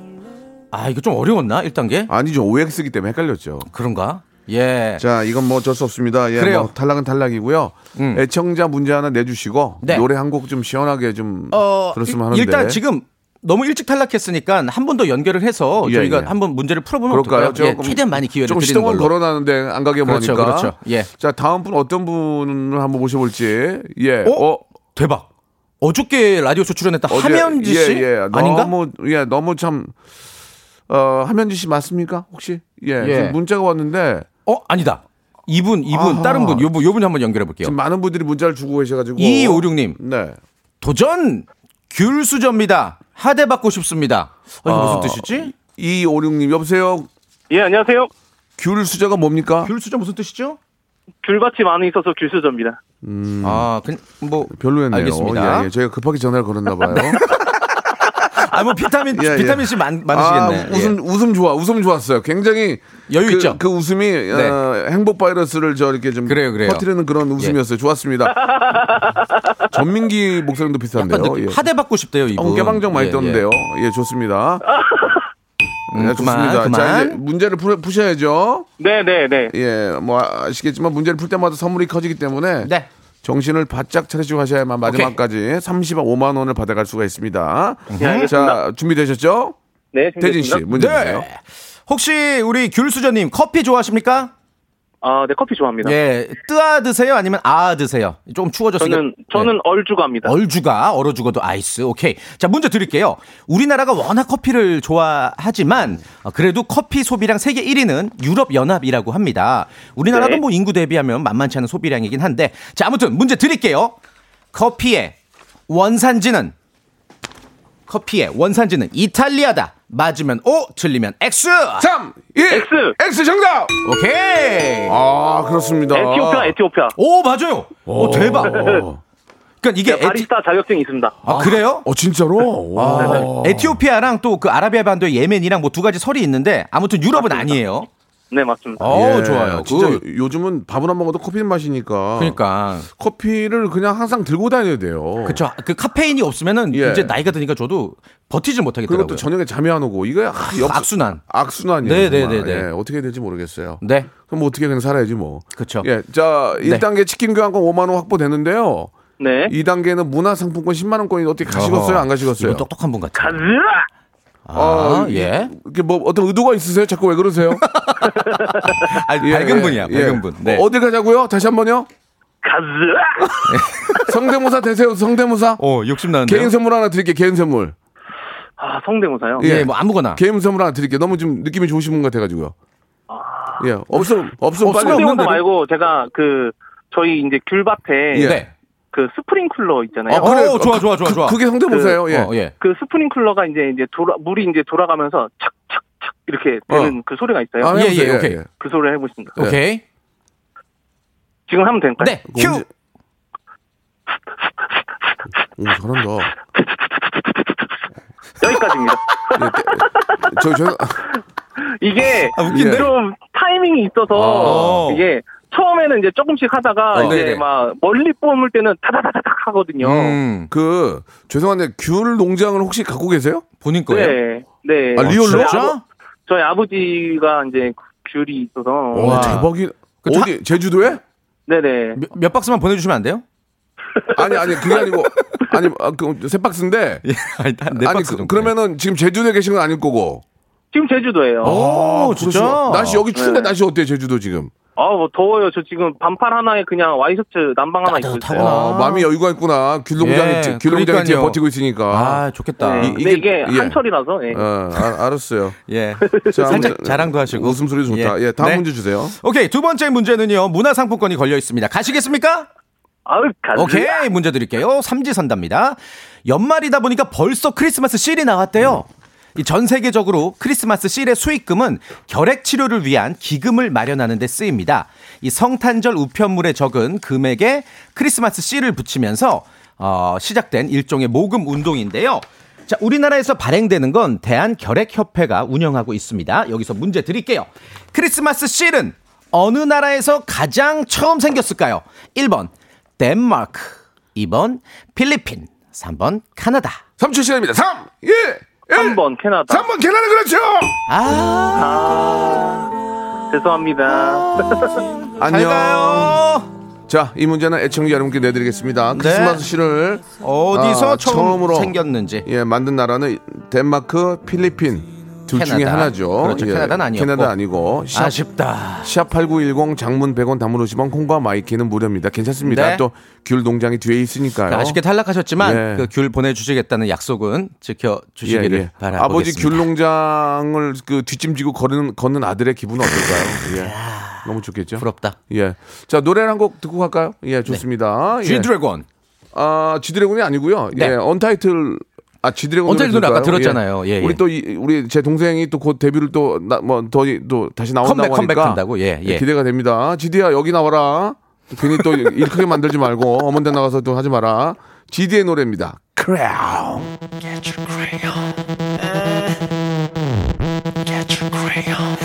J: 아 이거 좀 어려웠나 1단계?
C: 아니죠. OX이기 때문에 헷갈렸죠.
J: 그런가? 예.
C: 자, 이건 뭐 어쩔 수 없습니다. 예,
J: 그래요. 음.
C: 뭐 탈락은 탈락이고요. 애청자 문제 하나 내주시고
J: 네.
C: 노래 한 곡 좀 시원하게 좀
J: 어,
C: 들었으면
J: 일-
C: 하는데.
J: 일단 지금 너무 일찍 탈락했으니까 한 번 더 연결을 해서
C: 예,
J: 저희가
C: 예.
J: 한번 문제를 풀어보면
C: 그럴까요?
J: 어떨까요? 예, 최대한 많이 기회를
C: 조금
J: 드리는
C: 시동을
J: 걸로.
C: 걸어놨는데 안 가게 뭐
J: 그렇죠,
C: 하니까.
J: 그렇죠. 예.
C: 자, 다음 분 어떤 분을 한번 모셔볼지. 예.
J: 어? 대박. 어저께 라디오쇼 출연했다
C: 어제-
J: 하면지 씨
C: 예, 예.
J: 아닌가?
C: 너무 예, 너무 참 어, 하면지 씨 맞습니까? 혹시? 예.
J: 예.
C: 지금 문자가 왔는데
J: 어 아니다. 이분 이분
C: 아하.
J: 다른 분 요분 요분 한번 연결해 볼게요.
C: 지금 많은 분들이 문자를 주고 계셔가지고.
J: 예. 2256님.
C: 네.
J: 도전 귤수저입니다. 하대 받고 싶습니다. 아, 이게
C: 어,
J: 무슨 뜻이지?
C: 2256님 여보세요.
F: 예, 안녕하세요.
C: 귤 수저가 뭡니까?
J: 귤수저 무슨 뜻이죠?
F: 귤밭이 많이 있어서 귤수저입니다.
J: 아, 그냥 뭐
C: 음. 별로였네요.
J: 알겠습니다.
C: 예, 예. 저희가 급하게 전화를 걸었나 봐요.
J: 아, 뭐 비타민
C: 예, 예.
J: 비타민 C 많, 많으시겠네.
C: 아, 웃음
J: 예.
C: 웃음 좋아. 웃음 좋았어요. 굉장히
J: 여유
C: 그,
J: 있죠? 네.
C: 그 웃음이 어, 행복 바이러스를 저 이렇게 좀
J: 그래요, 예. 그래요.
C: 퍼뜨리는 그런 웃음이었어요. 좋았습니다. 전민기 목소리도
J: 약간
C: 비슷한데요. 예.
J: 느낌 하대 받고 싶대요, 이분.
C: 어, 개방정 많이
J: 예,
C: 떴는데요. 예, 좋습니다.
J: 예.
C: 예,
J: 음,
C: 좋습니다.
J: 그만, 그만.
C: 자, 이제 문제를 풀, 푸셔야죠.
F: 네, 네, 네.
C: 예, 뭐 아- 아시겠지만 문제를 풀 때마다 선물이 커지기 때문에
J: 네.
C: 정신을 바짝 차리시고 하셔야만 마지막까지 35만 원을 받아갈 수가 있습니다.
J: 음.
F: 네, 알겠습니다.
C: 자, 준비되셨죠?
F: 네,
C: 태진 씨,
J: 네.
F: 준비됐습니다.
C: 문제 주세요.
J: 혹시 우리 귤수저님 커피 좋아하십니까?
F: 아, 네, 커피 좋아합니다.
J: 예, 뜨아 드세요? 아니면 아 드세요? 조금 추워졌으니까. 네.
F: 저는-
C: 네.
F: 저는 얼주가입니다.
J: 얼주가, 얼어 죽어도 아이스. 오케이. 자, 문제 드릴게요. 우리나라가 워낙 커피를 좋아하지만 어, 그래도 커피 소비량 세계 1위는 유럽 연합이라고 합니다. 우리나라도
M: 네.
J: 뭐 인구 대비하면 만만치 않은 소비량이긴 한데 자, 아무튼 문제 드릴게요. 커피의 원산지는 커피의 원산지는 이탈리아다. 맞으면 O, 틀리면 X.
C: 3, 1, X. X 정답.
J: 오케이.
C: 아, 그렇습니다.
F: 에티오피아, 에티오피아.
J: 오, 맞아요. 오, 대박. 그러니까 이게
F: 바리스타 자격증이 있습니다.
J: 아, 그래요?
C: 어, 진짜로?
J: 아, 에티오피아랑 또 그 아라비아 반도 예멘이랑 뭐 두 가지 설이 있는데 아무튼 유럽은 아니에요.
F: 네, 맞습니다.
J: 어, 좋아요.
C: 예. 진짜
J: 굿.
C: 그 요- 요즘은 밥은 안 먹어도 커피는 마시니까.
J: 그러니까.
C: 커피를 그냥 항상 들고 다녀야 돼요.
J: 그렇죠. 그 카페인이 없으면은
C: 예.
J: 이제 나이가 드니까 저도 버티지 못하겠더라고요.
C: 그리고 또 저녁에 잠이 안 오고 이거 아, 역-
J: 악순환.
C: 악순환이에요.
J: 네, 네,
C: 정말.
J: 네, 네.
C: 예, 어떻게 해야 될지 모르겠어요.
J: 네.
C: 그럼 뭐 어떻게 그냥 살아야지 뭐.
J: 그렇죠.
C: 예. 자,
J: 네.
C: 1단계 치킨 교환권 5만 원 확보됐는데요.
F: 네.
C: 2단계는 문화 상품권 10만 원권이 어떻게 가시겠어요?
J: 어허.
C: 안 가시겠어요?
J: 이건 똑똑한 분 같아.
F: 가즈!
C: 아,
J: 예.
C: 이게 뭐 어떤 의도가 있으세요? 자꾸 왜 그러세요?
J: 아니,
C: 예,
J: 밝은 분이야,
C: 예.
J: 밝은 분. 네.
C: 어, 어딜 가자고요? 다시 한 번요. 가즈. 성대모사 되세요. 성대모사.
J: 어, 욕심나는데.
C: 개인 선물 하나 드릴게요. 개인 선물.
F: 아, 성대모사요?
J: 예, 뭐 아무거나.
C: 개인 선물 하나 드릴게요. 너무 지금 느낌이 좋으신 분 같아가지고요. 예, 없음, 없음 빨리.
F: 성대모사 어, 말고 제가 그, 저희 이제 귤밭에
C: 예. 네.
F: 그 스프링클러 있잖아요.
C: 아, 그래. 어, 좋아, 좋아, 좋아, 좋아. 그게 성대모사예요,
F: 그,
C: 예. 어, 예.
F: 그 스프링클러가 이제 이제 돌아, 물이 이제 돌아가면서 착착착 이렇게 되는 그 소리가 있어요.
C: 아, 예, 예, 예, 오케이.
F: 그 소리를 해보겠습니다.
C: 예. 어, 오케이.
F: 지금 하면 될까요? 네.
C: 큐. 오, 잘한다.
F: 여기까지입니다.
C: 저, 저,
F: 이게
C: 아, 웃긴데?
F: 좀 타이밍이 있어서
C: 아.
F: 이게 처음에는 이제 조금씩 하다가
C: 어.
F: 이제
C: 네네.
F: 막 멀리 뽑을 때는 다다다닥 하거든요.
C: 어.
J: 음.
C: 그, 죄송한데, 귤 농장을 혹시 갖고 계세요?
J: 본인
F: 네. 네.
C: 아,
J: 어,
C: 리얼로?
F: 저희
C: 진짜?
F: 아버- 저희 아버지가 이제 귤이 있어서.
C: 와, 대박이.
J: 그
C: 어디, 제주도에?
F: 네네.
J: 몇, 몇 박스만 보내주시면 안 돼요?
C: 아니, 아니, 그게 아니고. 아니, 아, 그, 세 박스인데.
J: 아니, 네 박스
C: 그,
J: 정도.
C: 그러면은 지금 제주도에 계신 건 아닐 거고.
F: 지금 제주도예요.
C: 아, 그러시구나. 날씨 여기 추운데
F: 네.
C: 날씨 어때요, 제주도 지금?
F: 아, 뭐 더워요. 저 지금 반팔 하나에 그냥 와이셔츠 난방 하나 입고 있어요.
C: 아, 마음이 여유가 있구나. 귤 농장이,
J: 예,
C: 뒤- 귤 농장이 뒤에
J: 그러니까요.
C: 버티고 있으니까.
J: 아, 좋겠다.
F: 네. 근데 이게
C: 예.
F: 한철이라서. 예.
C: 어, 아, 알았어요.
J: 예.
C: 자,
J: 살짝
C: 아무튼
J: 자랑도 하시고.
C: 웃음소리 좋다. 예, 다음
J: 네.
C: 문제 주세요.
J: 오케이 두 번째 문제는요 문화상품권이 걸려 있습니다 가시겠습니까? 오케이 문제 드릴게요 삼지선답니다 연말이다 보니까 벌써 크리스마스 씰이 나왔대요 이전 세계적으로 크리스마스 씰의 수익금은 결핵 치료를 위한 기금을 마련하는 데 쓰입니다 이 성탄절 우편물에 적은 금액에 크리스마스 씰을 붙이면서 어, 시작된 일종의 모금 운동인데요 자, 우리나라에서 발행되는 건 대한결핵협회가 운영하고 있습니다. 여기서 문제 드릴게요. 크리스마스 씰은 어느 나라에서 가장 처음 생겼을까요? 1번 덴마크, 2번 필리핀, 3번 카나다.
C: 3초 시간입니다. 3, 1,
F: 3번 캐나다.
C: 3번 계란은 그렇죠.
J: 아,
F: 죄송합니다.
C: 안녕. 자, 이 문제는 애청자 여러분께 내드리겠습니다. 크리스마스 씨를
J: 네.
C: 아,
J: 어디서 처음 생겼는지.
C: 예, 만든 나라는 덴마크, 필리핀 둘
J: 캐나다.
C: 중에 하나죠.
J: 그렇죠,
C: 예,
J: 캐나다는 아니었고.
C: 캐나다 아니고. 샵-
J: 아쉽다.
C: 샵8910 장문 100원 담문 50원 콩과 마이키는 무료입니다. 괜찮습니다.
J: 네.
C: 또
J: 그러니까
C: 귤 농장이 뒤에 있으니까요.
J: 아쉽게 탈락하셨지만
C: 예.
J: 그 귤 보내주시겠다는 약속은 지켜주시기를
C: 예, 예.
J: 바라보겠습니다.
C: 아버지 귤 농장을 그 뒷짐지고 걷는, 걷는 아들의 기분은 어떨까요? 예. 너무 좋겠죠?
J: 부럽다.
C: 예. 자, 노래를 한 곡 듣고 갈까요? 예, 좋습니다. 예.
J: G-Dragon.
C: 아, G드래곤이 아니고요.
J: 네.
C: 예, 언타이틀 아, 지드래곤
J: 언타이틀 노래 아까 들었잖아요. 예, 예.
C: 우리 또 이, 우리 제 동생이 또 곧 데뷔를 또뭐더또 다시 나온다고 하니까
J: 컴백, 컴백한다고, 예, 예.
C: 기대가 됩니다. 지디야 여기 나와라. 또 괜히 또 일 크게 만들지 말고 어먼데 나가서 또 하지 마라. 지디의 노래입니다. 크라운.
K: Get your crayon. Uh, get your crayon.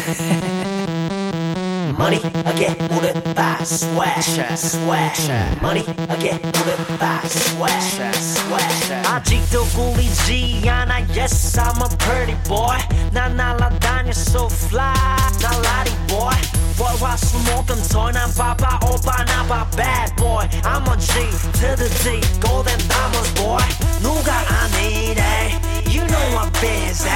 K: Money I get 모든 다 swash swash. Money I get 모든 다 swash swash. 아직도 꿀리지 않아 yes I'm a pretty boy. 난 날아다녀 so fly. 날라리 boy. 월화수목금토난 바빠 오빠 나봐 bad boy. I'm a G to the D golden diamonds boy. 누가 아니래 eh? You know I'm busy.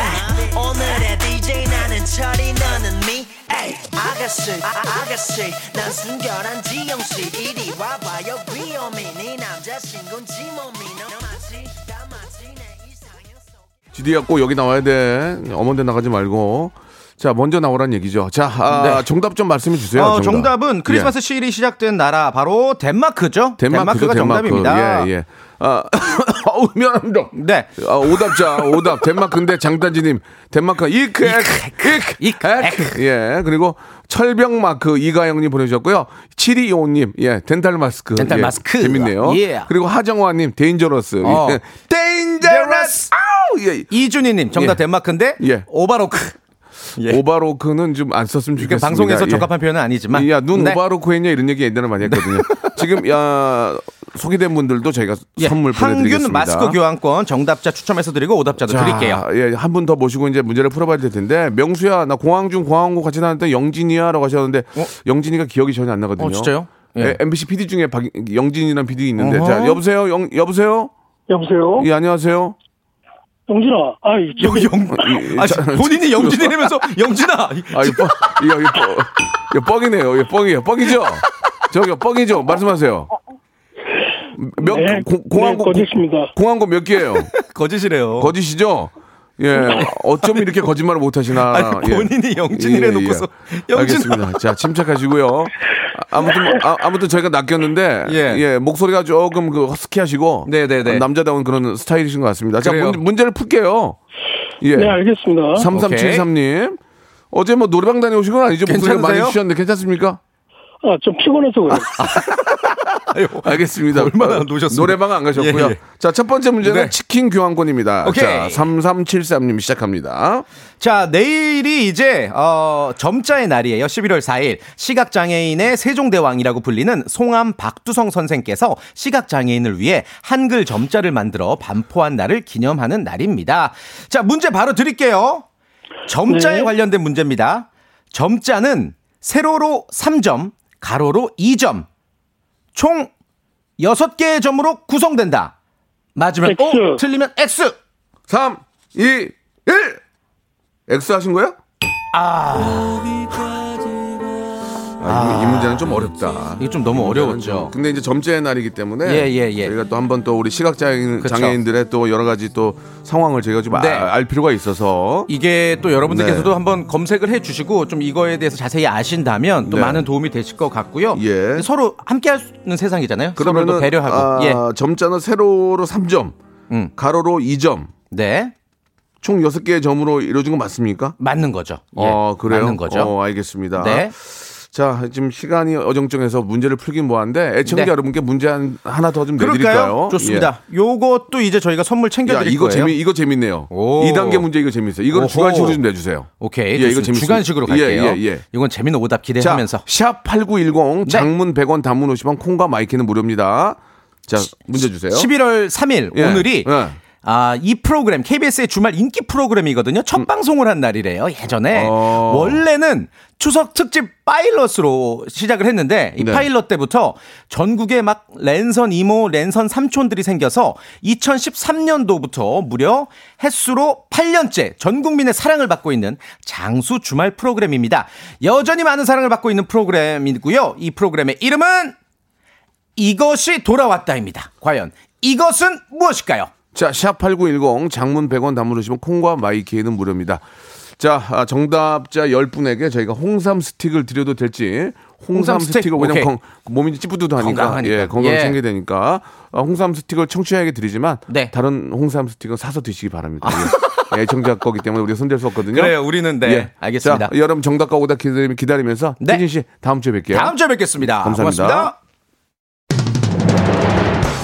K: 오늘의 DJ 나는 철이 너는 me. Ay, I got 아가씨 아, 아가씨 난 순결한 지영씨 이리 와봐요 귀요미 네 남자친구인지 몸이 너 마치 다 마치 내
C: 지디야 꼭 여기 나와야 돼. 어머니 나가지 말고. 자, 먼저 나오란 얘기죠. 자, 아,
J: 네.
C: 정답 예. 좀 말씀해 주세요.
J: 어, 정답은 크리스마스 시일이 시작된 나라 바로 덴마크죠.
C: 덴마크죠,
J: 가
C: 덴마크.
J: 정답입니다.
C: 예, 예. 아, 어우, 미안합니다.
J: 네.
C: 아, 오답자, 오답. 덴마크인데 장단지님. 덴마크 이크, 엑, 이크, 이크, 엑. 예. 그리고 철벽마크 이가영님 보내주셨고요. 7225님, 예. 덴탈 마스크.
J: 덴탈
C: 예,
J: 마스크.
C: 재밌네요.
J: 예.
C: 그리고 하정화님, 데인저러스.
J: 어.
C: 예. Dangerous. 아우, 예.
J: 이준희님 정답
C: 예.
J: 덴마크인데
C: 예.
J: 오바로크.
C: 오바로크는 좀 안 썼으면 좋겠습니다.
J: 이게 예. 그러니까 방송에서
C: 예.
J: 적합한 표현은 아니지만
C: 야, 눈
J: 네.
C: 오바로크 했냐 이런 얘기 옛날에 많이 했거든요. 지금 야 소개된 분들도 저희가
J: 예.
C: 선물 보내드리겠습니다.
J: 항균 마스크 교환권 정답자 추첨해서 드리고 오답자도
C: 자,
J: 드릴게요.
C: 예, 한 분 더 모시고 이제 문제를 풀어봐야 될 텐데 명수야 나 공항중 공항고 같이 나왔던 영진이야라고 하셨는데 영진이가 기억이 전혀 안 나거든요.
J: 어, 진짜요? 예.
C: 예, MBC PD 중에 박, 영진이라는 PD 있는데
J: 어허.
C: 자 여보세요 영, 여보세요
M: 여보세요
C: 예 안녕하세요
M: 영진아 아이 저기
C: 영,
J: 아, 본인이 영진이라면서 영진아.
C: 아, 이거 뻥, 이거, 이거, 뻥, 이거 뻥이네요. 이거 뻥이에요. 뻥이죠? 저기요, 뻥이죠? 말씀하세요. 몇,
M: 어, 네,
C: 고- 공항고,
M: 네, 거짓입니다.
C: 공항고 몇 개예요?
J: 거짓이래요.
C: 거짓이죠? 예, 어쩜 이렇게 거짓말을 못 하시나. 예.
J: 아니, 본인이 영진이라 놓고서 영진아.
C: 알겠습니다. 자, 침착하시고요. 아, 아무튼 뭐, 아, 무튼 저희가 낚였는데
J: 예.
C: 예. 목소리가 조금 그 허스키하시고
J: 네네네.
C: 남자다운 그런 스타일이신 것 같습니다. 자,
J: 그래요.
C: 문, 제를 풀게요. 예.
M: 네 알겠습니다
C: 3373님. 어제 뭐 노래방 다녀오신 건 아니죠? 목소리가 많이
M: 괜찮으세요?
C: 주셨는데 괜찮습니까?
M: 아 좀 피곤해서 그래요
C: 알겠습니다. 얼마나 노셨습니까? 노래방은 안 가셨고요.
J: 예, 예.
C: 자, 첫 번째 문제는
J: 네.
C: 치킨 교환권입니다.
J: 오케이.
C: 자, 3373님 시작합니다.
J: 자, 내일이 이제 어, 점자의 날이에요. 11월 4일. 시각 장애인의 세종대왕이라고 불리는 송암 박두성 선생께서 시각 장애인을 위해 한글 점자를 만들어 반포한 날을 기념하는 날입니다. 자, 문제 바로 드릴게요. 점자에
M: 네.
J: 관련된 문제입니다. 점자는 세로로 3점, 가로로 2점. 총 6개의 점으로 구성된다. 맞으면 O, 틀리면 X.
C: 3, 2, 1. X 하신 거예요? 아, 이거- 이 문제는 좀 어렵다.
J: 이게 좀 너무
C: 이 문제는
J: 어려웠죠.
C: 좀. 근데 이제 점자의 날이기 때문에
J: 예, 예, 예.
C: 저희가 또 한 번 또 우리 시각 장애인,
J: 그쵸.
C: 장애인들의 또 여러 가지 또 상황을 저희가 좀 아-
J: 네.
C: 알 필요가 있어서
J: 이게 또 여러분들께서도
C: 네.
J: 한번 검색을 해주시고 좀 이거에 대해서 자세히 아신다면
C: 네.
J: 또
C: 예.
J: 많은 도움이 되실 것 같고요. 서로 함께할 수 있는 세상이잖아요. 서로 또
C: 그러면은
J: 배려하고.
C: 아,
J: 예. 음.
C: 점자는 세로로 3점, 가로로 2점.
J: 네.
C: 총 6개의 점으로 이루어진 거 맞습니까?
J: 맞는 거죠. 예.
C: 어, 그래요?
J: 맞는 거죠.
C: 어, 알겠습니다.
J: 네.
C: 자, 지금 시간이 어정쩡해서 문제를 풀긴 뭐한데 애청자
J: 네.
C: 여러분께 문제 한, 하나 더 좀
J: 그럴까요?
C: 내드릴까요?
J: 좋습니다. 요것도 이제 저희가
C: 예.
J: 선물
C: 야,
J: 챙겨드릴
C: 이거
J: 거예요.
C: 재미 이거 재밌네요.
J: 오.
C: 이 2단계 문제 이거 재밌어요. 이거는
J: 오호.
C: 주관식으로 좀 내주세요.
J: 오케이.
C: 예, 이거
J: 좋습니다.
C: 재밌습니다.
J: 주관식으로
C: 예,
J: 갈게요.
C: 예, 예.
J: 이건 재미는 오답 기대하면서. 네.
C: 샵 8910 장문 100원 단문 50원 콩과 마이키는 무료입니다. 자, 문제 주세요.
J: 11월 3일
C: 예.
J: 오늘이
C: 예.
J: 아, 이 프로그램 KBS의 주말 인기 프로그램이거든요.
C: 음.
J: 첫 방송을 한 날이래요. 예전에
C: 어.
J: 원래는 추석 특집 파일럿으로 시작을 했는데 이
N: 네.
J: 파일럿 때부터 전국에 막 랜선 이모, 랜선 삼촌들이 생겨서 2013년도부터 무려 횟수로 8년째 전 국민의 사랑을 받고 있는 장수 주말 프로그램입니다. 여전히 많은 사랑을 받고 있는 프로그램이고요. 이 프로그램의 이름은 이것이 돌아왔다입니다. 과연 이것은 무엇일까요?
C: 자, 샵8910 장문 100원 담으시면 콩과 마이키에는 무료입니다. 자, 아, 정답자 10분에게 저희가 홍삼 스틱을 드려도 될지 홍삼,
J: 홍삼 스틱,
C: 스틱을 왜냐면
J: 오케이.
C: 건- 몸이 찌뿌드하니까
J: 건강하니까.
C: 예, 건강
J: 예.
C: 챙겨야 되니까 아, 홍삼 스틱을 청취자에게 드리지만
J: 네.
C: 다른 홍삼 스틱은 사서 드시기 바랍니다. 예. 애청자 거기 때문에 우리가 손댈 수 없거든요.
J: 아.
C: 예.
J: 그래요, 우리는 네, 알겠습니다. 네.
C: 자, 여러분 정답과 오답 기다리- 기다리면서 태진 씨 다음 주에 뵐게요.
J: 다음 주에 뵙겠습니다.
C: 감사합니다.
J: 고맙습니다.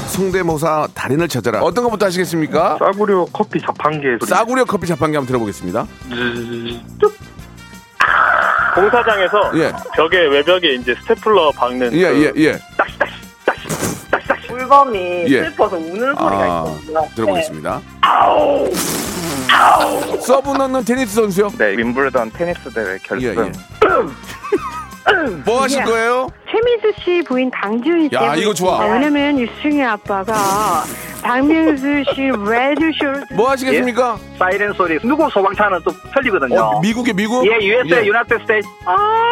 C: 성대모사 달인을 찾아라. 어떤 것부터 하시겠습니까?
E: 싸구려 커피 자판기에서
C: 싸구려 커피 자판기 한번 들어보겠습니다.
O: 공사장에서
C: 예.
O: 벽에 외벽에 이제 스테플러 박는
C: 예,
F: 그
C: 예, 예.
P: 물범이
C: 예.
P: 슬퍼서 우는
C: 아,
P: 소리가 있거든요.
C: 들어보겠습니다.
P: 아우! 아우!
C: 서브 넣는 테니스 선수요?
H: 네, 윈블던 테니스 대회 결승.
C: 예, 뭐 하실 거예요?
I: 최민수 씨 부인 강지훈 씨.
C: 야, 이거 좋아.
I: 아, 왜냐면 유승희 아빠가 박명수 씨 레드쇼를
C: 뭐 하시겠습니까? 어,
F: 사이렌 소리 누구 소방차는 또 틀리거든요.
P: 어.
C: 미국의 미국?
F: 예, USA
C: 예.
F: 유나이티드 스테이트.
I: 아~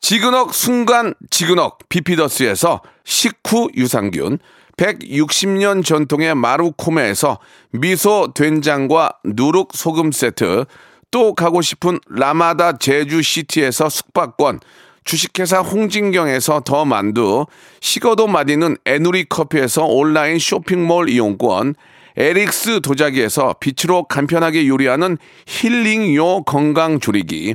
C: 지그넉 순간 지그넉 비피더스에서 식후 유산균, 160년 전통의 마루코메에서 미소 된장과 누룩 소금 세트, 또 가고 싶은 라마다 제주시티에서 숙박권, 주식회사 홍진경에서 더 만두, 식어도 마디는 에누리 커피에서 온라인 쇼핑몰 이용권, 에릭스 도자기에서 빛으로 간편하게 요리하는 힐링요 건강조리기,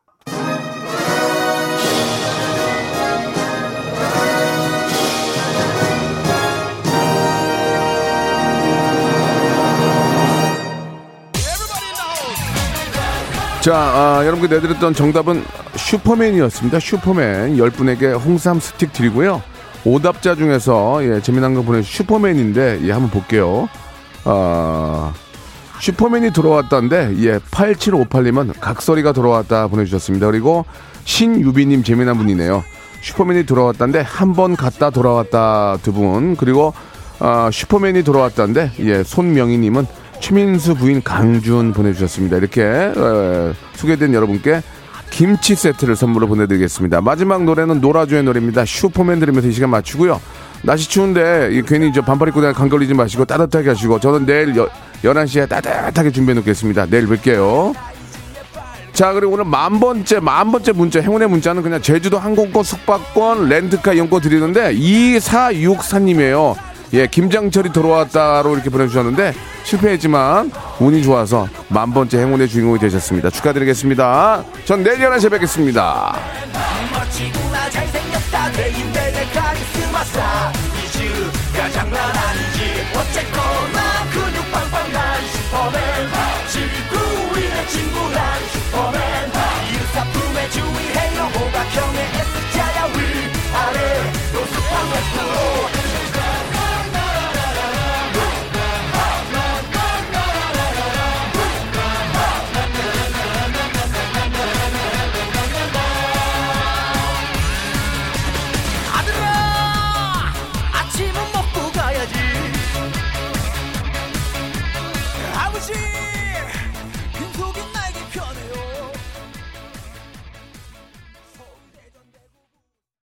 C: 자, 아, 여러분께 내드렸던 정답은 슈퍼맨이었습니다. 슈퍼맨. 10분에게 홍삼 스틱 드리고요. 오답자 중에서 예, 재미난 거 보내주신 슈퍼맨인데, 예, 한번 볼게요. 아, 슈퍼맨이 들어왔다는데, 예, 8758님은 각설이가 들어왔다 보내주셨습니다. 그리고 신유비님 재미난 분이네요. 슈퍼맨이 들어왔다는데, 한 번 갔다 돌아왔다 두 분. 그리고 아, 슈퍼맨이 돌아왔다는데, 예, 손명희님은 최민수 부인 강준 보내주셨습니다. 이렇게 에, 소개된 여러분께 김치 세트를 선물로 보내드리겠습니다. 마지막 노래는 노라조의 노래입니다. 슈퍼맨 들으면서 이 시간 마치고요. 날씨 추운데 이 괜히 저 반팔 입고 그냥 간 걸리지 마시고 따뜻하게 하시고 저는 내일 여, 11시에 따뜻하게 준비해 놓겠습니다. 내일 뵐게요. 자 그리고 오늘 만 번째 만 번째 문자 행운의 문자는 그냥 제주도 항공권 숙박권 렌트카 이용권 드리는데 2464님이에요 예 김장철이 돌아왔다로 이렇게 보내주셨는데 실패했지만 운이 좋아서 만 번째 행운의 주인공이 되셨습니다 축하드리겠습니다 전 내일 11시에 뵙겠습니다
K: 멋지구나 잘생겼다 대인배 내 카리스마 사 이즈가 장난 아니지 어쨌거나 근육 빵빵 난 슈퍼맨 지구 위의 친구 난 슈퍼맨 일사품의 주위 행여 호박형의 S자야 위아래 노숙한 웹으로 아들아 아버지